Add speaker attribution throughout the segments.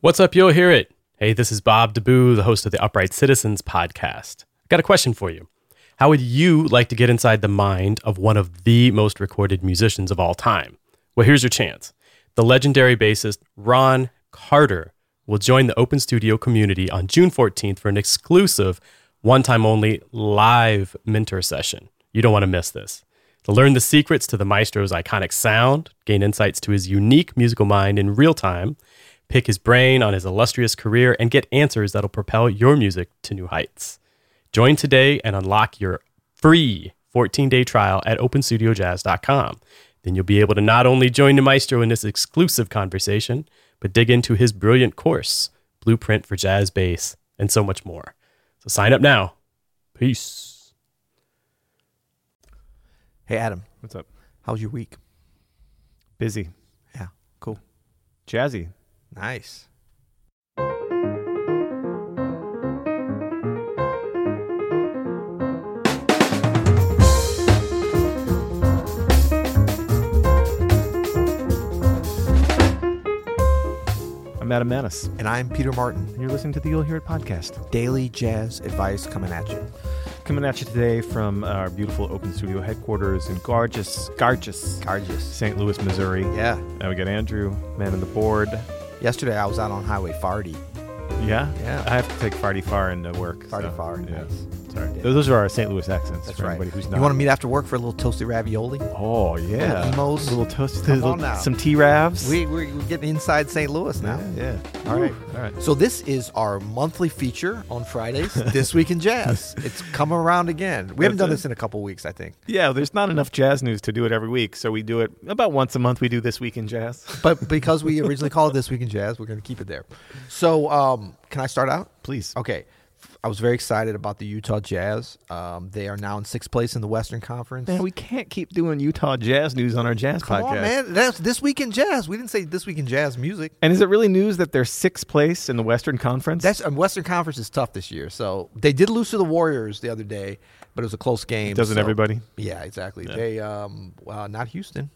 Speaker 1: What's up? You'll hear it. Hey, this is Bob DeBoo, the host of the Upright Citizens podcast. I've got a question for you. How would you like to get inside the mind of one of the most recorded musicians of all time? Well, here's your chance. The legendary bassist Ron Carter will join the open studio community on June 14th for an exclusive, one time only live mentor session. You don't want to miss this. To learn the secrets to the maestro's iconic sound, gain insights to his unique musical mind in real time, pick his brain on his illustrious career, and get answers that'll propel your music to new heights. Join today and unlock your free 14 day trial at openstudiojazz.com. Then you'll be able to not only join the maestro in this exclusive conversation, but dig into his brilliant course, Blueprint for Jazz Bass, and so much more. So sign up now. Peace.
Speaker 2: Hey Adam,
Speaker 3: What's up?
Speaker 2: how's your week?
Speaker 3: Busy.
Speaker 2: Yeah, cool.
Speaker 3: Jazzy.
Speaker 2: Nice.
Speaker 3: I'm Adam Manis.
Speaker 2: And I'm Peter Martin,
Speaker 3: And you're listening to the You'll Hear It podcast.
Speaker 2: daily jazz advice coming at you.
Speaker 3: Coming at you today from our beautiful open studio headquarters in gorgeous, gorgeous
Speaker 2: Gorgeous.
Speaker 3: St. Louis, Missouri.
Speaker 2: Yeah.
Speaker 3: Now we got Andrew, man in the board.
Speaker 2: Yesterday I was out on Highway Farty.
Speaker 3: Yeah?
Speaker 2: Yeah.
Speaker 3: I have to take Farty Far into work.
Speaker 2: Farty Far.
Speaker 3: Yeah.
Speaker 2: Nice.
Speaker 3: Sorry.
Speaker 2: Yeah.
Speaker 3: Those, those are our St. Louis accents
Speaker 2: That's
Speaker 3: for
Speaker 2: right.
Speaker 3: anybody who's
Speaker 2: you
Speaker 3: not.
Speaker 2: want to meet after work for a little toasted ravioli?
Speaker 3: Oh, yeah.
Speaker 2: Little emos?
Speaker 3: Little toast.
Speaker 2: Come
Speaker 3: little-
Speaker 2: on now.
Speaker 3: Some tea ravs.
Speaker 2: We, we're, we're getting inside St. Louis now.
Speaker 3: yeah, yeah. All right. All right.
Speaker 2: So this is our monthly feature on Fridays, This Week in Jazz. It's come around again. We haven't
Speaker 3: That's
Speaker 2: done
Speaker 3: it.
Speaker 2: this in a couple weeks, I think.
Speaker 3: Yeah, there's not enough jazz news to do it every week, so we do it about once a month. We do this week in jazz.
Speaker 2: But because we originally called it This Week in Jazz, we're going to keep it there. So um, can I start out?
Speaker 3: Please.
Speaker 2: Okay. I was very excited about the Utah Jazz. Um, they are now in sixth place in the Western Conference.
Speaker 3: Man, we can't keep doing Utah jazz news on our jazz
Speaker 2: Come
Speaker 3: podcast.
Speaker 2: on, man. That's this week in jazz. We didn't say this week in jazz music.
Speaker 3: And is it really news that they're sixth place in the Western Conference?
Speaker 2: That's um, Western Conference is tough this year. So they did lose to the Warriors the other day, but it was a close game.
Speaker 3: Doesn't
Speaker 2: so-
Speaker 3: everybody?
Speaker 2: Yeah, exactly. They um, well, not Houston.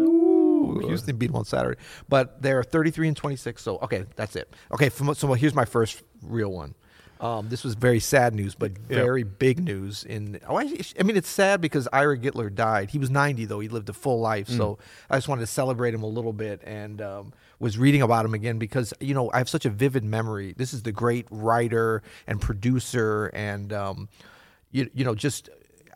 Speaker 3: Ooh.
Speaker 2: Houston beat them on Saturday, but they're 33 and 26. So okay, that's it. Okay, from, so here's my first real one. Um, this was very sad news, but
Speaker 3: Yeah.
Speaker 2: very big news. In oh, I, I mean, it's sad because Ira Gittler died. He was 90 though; he lived a full life.
Speaker 3: Mm.
Speaker 2: So I just wanted to celebrate him a little bit, and um, was reading about him again because you know I have such a vivid memory. This is the great writer and producer, and um, you, you know just.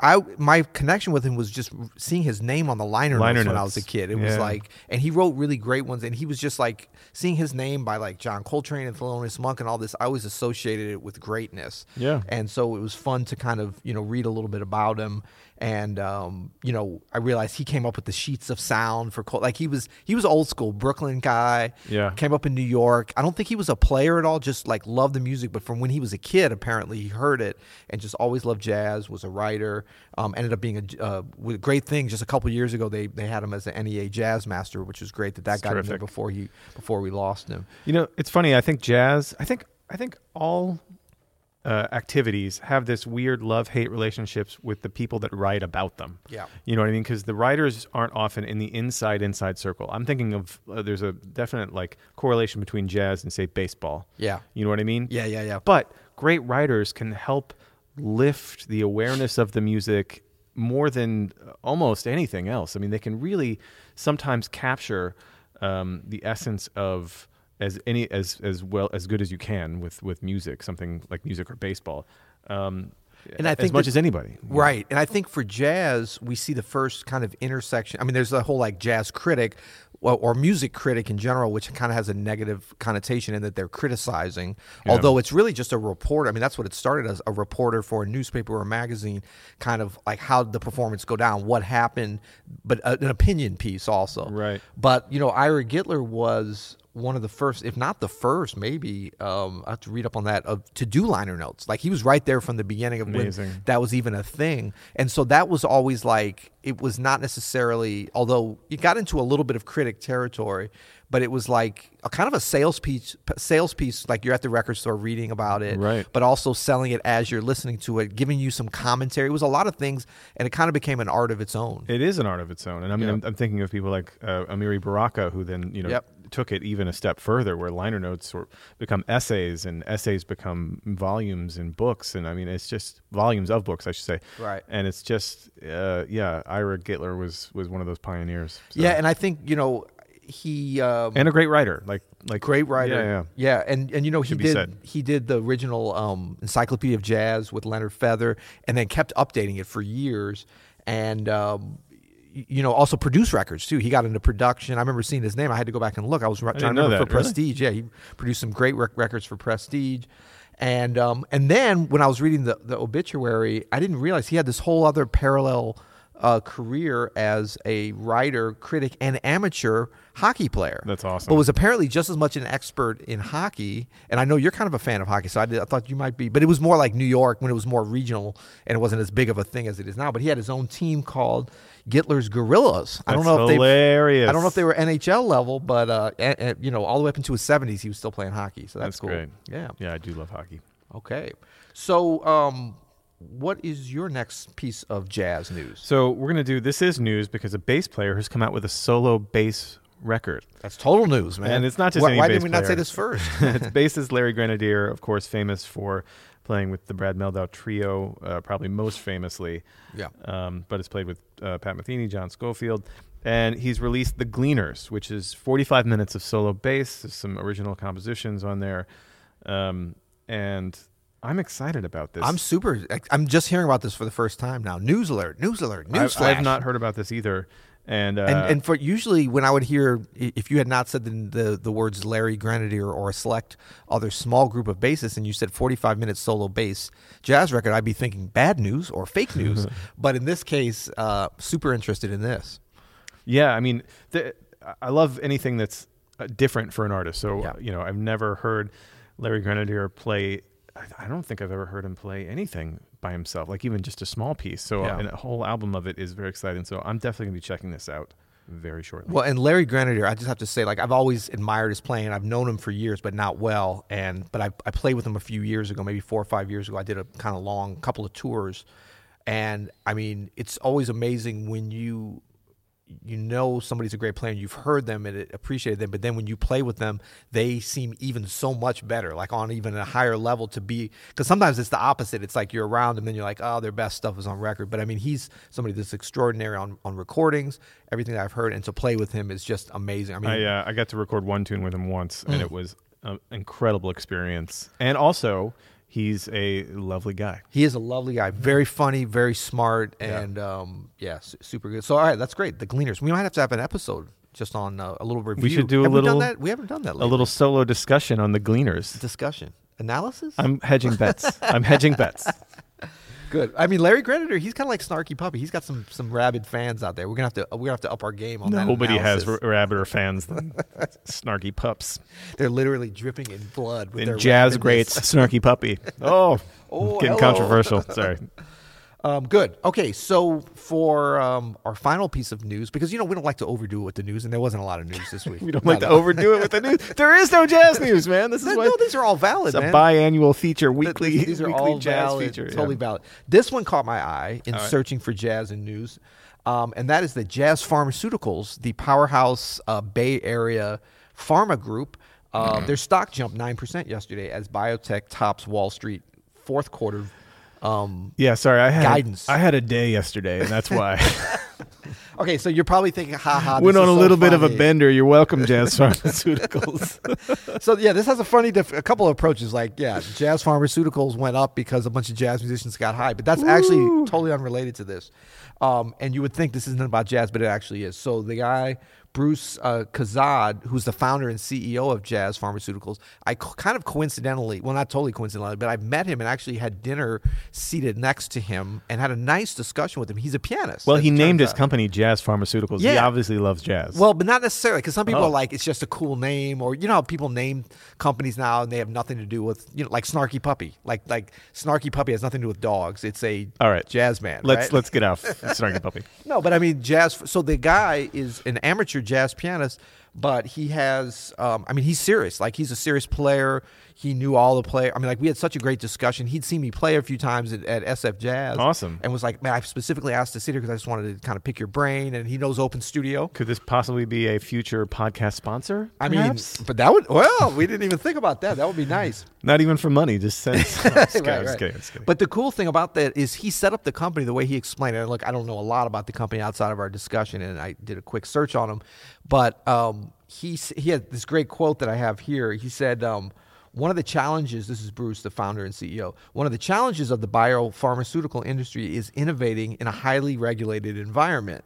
Speaker 2: I my connection with him was just seeing his name on the liner,
Speaker 3: Liner
Speaker 2: notes when I was
Speaker 3: notes.
Speaker 2: a kid. It was
Speaker 3: Yeah.
Speaker 2: like and he wrote really great ones and he was just like seeing his name by like john coltrane and thelonious monk and all this i always associated it with greatness
Speaker 3: Yeah.
Speaker 2: and so it was fun to kind of you know read a little bit about him and um, you know i realized he came up with the sheets of sound for Col- like he was he was old school brooklyn guy
Speaker 3: Yeah.
Speaker 2: came up in new york i don't think he was a player at all just like loved the music but from when he was a kid apparently he heard it and just always loved jazz was a writer um, ended up being a j- uh, with a great thing just a couple years ago they they had him as an nea jazz master which was great that that
Speaker 3: It's
Speaker 2: got in there
Speaker 3: terrific.
Speaker 2: before he before we lost him
Speaker 3: You know, it's funny. I think jazz. I think I think all uh, activities have this weird love hate relationships with the people that write about them.
Speaker 2: Yeah.
Speaker 3: you know what I mean? Because the writers aren't often in the inside inside circle. I'm thinking of uh, there's a definite like correlation between jazz and say baseball.
Speaker 2: Yeah.
Speaker 3: you know what I mean?
Speaker 2: yeah yeah yeah
Speaker 3: But great writers can help lift the awareness of the music more than uh, almost anything else. I mean, they can really sometimes capture um, the essence of as any as as well as good as you can with with music, something like music or baseball. Um,
Speaker 2: And I
Speaker 3: as
Speaker 2: think
Speaker 3: much
Speaker 2: that-
Speaker 3: as anybody,
Speaker 2: Right. And I think for jazz, we see the first kind of intersection. I mean, there's the whole like jazz critic well, or music critic in general, which kind of has a negative connotation in that they're criticizing, although it's really just a reporter. I mean, that's what it started as a reporter for a newspaper or a magazine, kind of like how did the performance go down, what happened, but a, an opinion piece also.
Speaker 3: Right.
Speaker 2: But you know, Ira Gittler was one of the first, if not the first, maybe um, I have to read up on that of to do liner notes. Like he was right there from the beginning of when
Speaker 3: Amazing.
Speaker 2: that was even a thing, and so that was always like it was not necessarily. Although it got into a little bit of critic territory, but it was like a kind of a sales piece. Sales piece, like you're at the record store reading about it,
Speaker 3: Right.
Speaker 2: But also selling it as you're listening to it, giving you some commentary. It was a lot of things, and it kind of became an art of its own.
Speaker 3: It is an art of its own, and I mean, I'm, I'm thinking of people like uh, Amiri Baraka, who then you know
Speaker 2: Yep.
Speaker 3: took it even a step further, where liner notes sort of become essays, and essays become volumes and books, and I mean, it's just volumes of books, I should say.
Speaker 2: Right.
Speaker 3: And it's just, uh, yeah, Ira Gittler was was one of those pioneers. So-
Speaker 2: Yeah, and I think you know he um,
Speaker 3: and a great writer, like like
Speaker 2: great writer.
Speaker 3: Yeah, yeah.
Speaker 2: yeah. and and you know he
Speaker 3: Should be
Speaker 2: did
Speaker 3: said.
Speaker 2: he did the original um, Encyclopedia of Jazz with Leonard Feather, and then kept updating it for years, and. Um, y- you know, also produced records too. He got into production. I remember seeing his name. I had to go back and look. I was ru- trying to
Speaker 3: know
Speaker 2: remember for
Speaker 3: that, really?
Speaker 2: Prestige. Yeah, he produced some great rec- records for Prestige, and um, and then when I was reading the the obituary, I didn't realize he had this whole other parallel uh, career as a writer, critic, and amateur hockey player.
Speaker 3: That's awesome.
Speaker 2: But was apparently just as much an expert in hockey, and I know you're kind of a fan of hockey, so I, did, I thought you might be. But it was more like New York when it was more regional, and it wasn't as big of a thing as it is now. But he had his own team called Gittler's Gorillas. I don't
Speaker 3: That's
Speaker 2: know if
Speaker 3: hilarious.
Speaker 2: they, I don't know if they were NHL level, but uh, a- a- you know, all the way up into his 70s, he was still playing hockey. So that's,
Speaker 3: That's
Speaker 2: cool.
Speaker 3: great.
Speaker 2: Yeah.
Speaker 3: yeah, I do love hockey.
Speaker 2: Okay. So, um, what is your next piece of jazz news?
Speaker 3: So we're gonna do this is news because a bass player has come out with a solo bass record.
Speaker 2: That's total news, man.
Speaker 3: And it's not just
Speaker 2: why,
Speaker 3: any
Speaker 2: why
Speaker 3: bass
Speaker 2: didn't we not say
Speaker 3: player.
Speaker 2: this first?
Speaker 3: its bassist Larry Grenadier, of course, famous for playing with the Brad Meldow trio, uh, probably most famously.
Speaker 2: Yeah.
Speaker 3: Um, but it's played with uh, Pat Metheny, John Schofield, and he's released The Gleaners, which is 45 minutes of solo bass. There's some original compositions on there, um, and I'm excited about this.
Speaker 2: I'm super. I'm just hearing about this for the first time now. News alert! News alert!
Speaker 3: I-
Speaker 2: News
Speaker 3: I've not heard about this either, and uh,
Speaker 2: And, and for usually when I would hear i- if you had not said the, the the words Larry Grenadier or a select other small group of bassists and you said 45 minutes solo bass jazz record I'd be thinking bad news or fake news but in this case uh, super interested in this
Speaker 3: Yeah, I mean, the, I- I love anything that's uh, different for an artist. So
Speaker 2: Yeah.
Speaker 3: you know, I've never heard Larry Grenadier play. I- I don't think I've ever heard him play anything by himself, like even just a small piece. So
Speaker 2: Yeah.
Speaker 3: and a whole album of it is very exciting. So I'm definitely gonna be checking this out very shortly.
Speaker 2: Well, and Larry Grenadier, I just have to say, like I've always admired his playing. I've known him for years, but not well. And but I, I played with him a few years ago, maybe four or five years ago. I did a kind of long couple of tours, and I mean, it's always amazing when you you know somebody's a great player and you've heard them and appreciated them but then when you play with them they seem even so much better like on even a higher level to be because sometimes it's the opposite it's like you're around them and you're like oh their best stuff is on record but i mean he's somebody that's extraordinary on, on recordings everything that i've heard and to play with him is just amazing i mean
Speaker 3: I uh, I got to record one tune with him once, and it was an incredible experience. And also, he's a lovely guy.
Speaker 2: he is a lovely guy very funny very smart and um, yeah su- super good so all right that's great the gleaners we might have to have an episode just on uh, a little review
Speaker 3: should do a
Speaker 2: Have we done
Speaker 3: little-
Speaker 2: that? we haven't done that
Speaker 3: A
Speaker 2: lately.
Speaker 3: little solo discussion on the Gleaners.
Speaker 2: discussion analysis
Speaker 3: I'm hedging bets. I'm hedging bets.
Speaker 2: Good. I mean, Larry Grenadier, he's kind of like Snarky Puppy. He's got some some rabid fans out there. We're gonna have to we're gonna have to up our game on that.
Speaker 3: Nobody has r-
Speaker 2: analysis.
Speaker 3: rabbiter fans than snarky pups.
Speaker 2: They're literally dripping in blood with
Speaker 3: Then
Speaker 2: their
Speaker 3: jazz
Speaker 2: rabidness.
Speaker 3: greats, snarky puppy. Oh,
Speaker 2: Oh,
Speaker 3: getting
Speaker 2: hello.
Speaker 3: controversial. Sorry.
Speaker 2: Um, good. Okay. So for um, our final piece of news, because you know we don't like to overdo it with the news, and there wasn't a lot of news this week.
Speaker 3: We don't
Speaker 2: Not
Speaker 3: like to
Speaker 2: a-
Speaker 3: overdo it with the news. There is no jazz news, man. This is
Speaker 2: No,
Speaker 3: what
Speaker 2: no, these are all valid.
Speaker 3: it's a
Speaker 2: man.
Speaker 3: biannual feature,
Speaker 2: Th-
Speaker 3: weekly.
Speaker 2: these, these are
Speaker 3: weekly
Speaker 2: all
Speaker 3: jazz
Speaker 2: valid,
Speaker 3: feature. yeah.
Speaker 2: totally valid. This one caught my eye in searching for jazz and news, um, and that is that Jazz Pharmaceuticals, the powerhouse uh, Bay Area pharma group, uh, their stock jumped nine percent yesterday as biotech tops Wall Street fourth quarter. Um,
Speaker 3: Yeah, sorry. I had
Speaker 2: Guidance.
Speaker 3: I had a day yesterday, and that's why
Speaker 2: okay, so you're probably thinking, "Ha ha!" this
Speaker 3: went
Speaker 2: is
Speaker 3: on a
Speaker 2: so
Speaker 3: little bit of a
Speaker 2: funny.
Speaker 3: bender. You're welcome, Jazz Pharmaceuticals.
Speaker 2: So yeah, this has a funny, diff- a couple of approaches. Like yeah, jazz pharmaceuticals went up because a bunch of jazz musicians got high, but that's actually totally unrelated to this. Um, and you would think this isn't about jazz, but it actually is. So the guy Bruce uh, Kazad, who's the founder and CEO of Jazz Pharmaceuticals, I co- kind of coincidentally, well, not totally coincidentally, but I met him and actually had dinner seated next to him and had a nice discussion with him. He's a pianist.
Speaker 3: well,
Speaker 2: as
Speaker 3: he
Speaker 2: it
Speaker 3: named
Speaker 2: turns
Speaker 3: his
Speaker 2: out.
Speaker 3: company Jazz Pharmaceuticals. He
Speaker 2: Yeah.
Speaker 3: obviously loves jazz.
Speaker 2: Well, but not necessarily because some people
Speaker 3: Oh.
Speaker 2: are like it's just a cool name, or you know how people name companies now and they have nothing to do with you know like Snarky Puppy, like like Snarky Puppy has nothing to do with dogs. It's a
Speaker 3: All right.
Speaker 2: jazz man.
Speaker 3: let's
Speaker 2: right?
Speaker 3: let's get off snarky puppy.
Speaker 2: no, but I mean jazz. So the guy is an amateur jazz pianist, but he has um, i mean he's serious like he's a serious player he knew all the player i mean like we had such a great discussion he'd seen me play a few times at, at sf jazz
Speaker 3: Awesome.
Speaker 2: and was like man i specifically asked to sit here because i just wanted to kind of pick your brain and he knows open studio
Speaker 3: Could this possibly be a future podcast sponsor?
Speaker 2: i mean
Speaker 3: perhaps?
Speaker 2: but that would well we didn't even think about that that would be nice
Speaker 3: not even for money, just sense. I'm just kidding,
Speaker 2: Right,
Speaker 3: I'm just
Speaker 2: right.
Speaker 3: kidding, I'm just kidding.
Speaker 2: But the cool thing about that is he set up the company the way he explained it. And look, I don't know a lot about the company outside of our discussion, and I did a quick search on him. But um, he s- he had this great quote that I have here. He said. Um, one of the challenges, this is Bruce, the founder and CEO, one of the challenges of the biopharmaceutical industry is innovating in a highly regulated environment.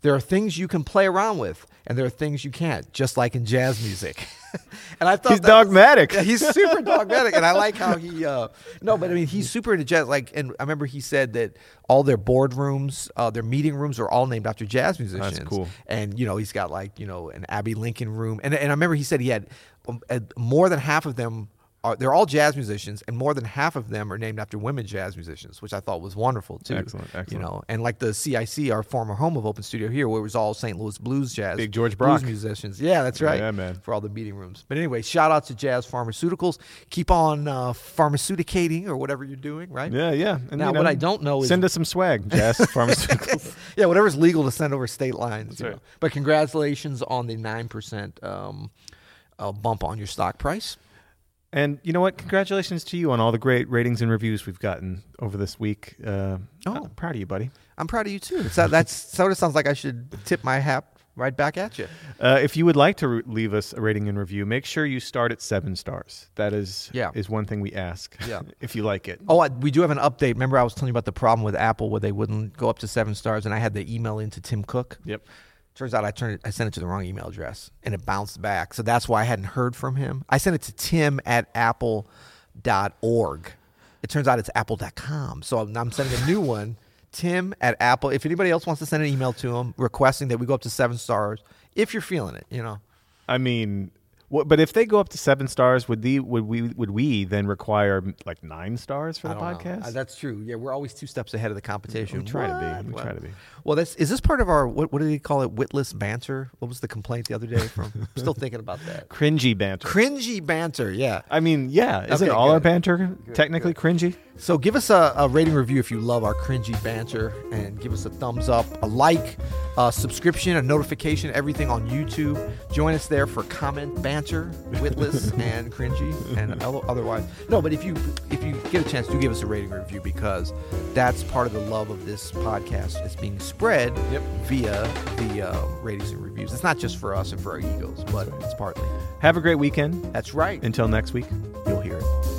Speaker 2: There are things you can play around with, and there are things you can't, just like in jazz music. and I thought
Speaker 3: He's
Speaker 2: that was-
Speaker 3: dogmatic.
Speaker 2: Yeah, he's super dogmatic, and I like how he. Uh, no, but I mean, he's super into jazz. Like, and I remember he said that all their boardrooms, uh, their meeting rooms, are all named after jazz musicians.
Speaker 3: cool.
Speaker 2: And you know, he's got like you know an Abby Lincoln room, and and I remember he said he had um, uh, more than half of them. Are, they're all jazz musicians, and more than half of them are named after women jazz musicians, which I thought was wonderful too.
Speaker 3: Excellent,
Speaker 2: You
Speaker 3: excellent.
Speaker 2: know, and like the CIC, our former home of Open Studio here, where it was all St. Louis blues jazz,
Speaker 3: Big George
Speaker 2: blues
Speaker 3: Brock.
Speaker 2: musicians. Yeah, that's right.
Speaker 3: Yeah, man.
Speaker 2: For all the meeting rooms. But anyway, shout out to Jazz Pharmaceuticals. Keep on uh, pharmaceuticating or whatever you're doing, right?
Speaker 3: yeah, yeah. And,
Speaker 2: Now,
Speaker 3: you
Speaker 2: what I don't know is-
Speaker 3: send us some swag, Jazz Pharmaceuticals.
Speaker 2: Yeah, whatever's legal to send over state lines. you
Speaker 3: right.
Speaker 2: know. But congratulations on the 9% um, uh, bump on your stock price.
Speaker 3: And you know what? Congratulations to you on all the great ratings and reviews we've gotten over this week. Uh,
Speaker 2: Oh.
Speaker 3: I'm proud of you, buddy.
Speaker 2: I'm proud of you too. So that's sort of sounds like I should tip my hat right back at you.
Speaker 3: Uh, if you would like to re- leave us a rating and review, make sure you start at seven stars. That is
Speaker 2: Yeah.
Speaker 3: is one thing we ask.
Speaker 2: Yeah.
Speaker 3: if you like it.
Speaker 2: Oh, I, we do have an update. Remember, I was telling you about the problem with Apple where they wouldn't go up to seven stars, and I had the email in to Tim Cook.
Speaker 3: Yep.
Speaker 2: Turns out I turned it, I sent it to the wrong email address, and it bounced back. So that's why I hadn't heard from him. I sent it to Tim at apple.org. It turns out it's apple.com. So I'm, I'm sending a new one. Tim at Apple. If anybody else wants to send an email to him requesting that we go up to seven stars, if you're feeling it, you know.
Speaker 3: I mean, what, but if they go up to seven stars, would the would we would we then require like nine stars for the
Speaker 2: I don't know.
Speaker 3: podcast?
Speaker 2: Uh, that's true. Yeah, we're always two steps ahead of the competition.
Speaker 3: We try to be.
Speaker 2: What?
Speaker 3: We try to be.
Speaker 2: Well, that's is this part of our what? What do they call it? Witless banter. What was the complaint the other day from? I'm still thinking about that.
Speaker 3: Cringy banter.
Speaker 2: Cringy banter. Yeah.
Speaker 3: I mean, yeah. Isn't
Speaker 2: Okay,
Speaker 3: all our
Speaker 2: good.
Speaker 3: banter technically cringy?
Speaker 2: So give us a, a rating review if you love our cringy banter, and give us a thumbs up, a like, a subscription, a notification, everything on YouTube. Join us there for comment banter, witless and cringy, and o- otherwise. No, but if you if you get a chance, do give us a rating review because that's part of the love of this podcast. It's being spread
Speaker 3: Yep.
Speaker 2: via the uh, ratings and reviews. It's not just for us and for our egos, but it's partly.
Speaker 3: Have a great weekend.
Speaker 2: That's right.
Speaker 3: Until next week.
Speaker 2: You'll hear it.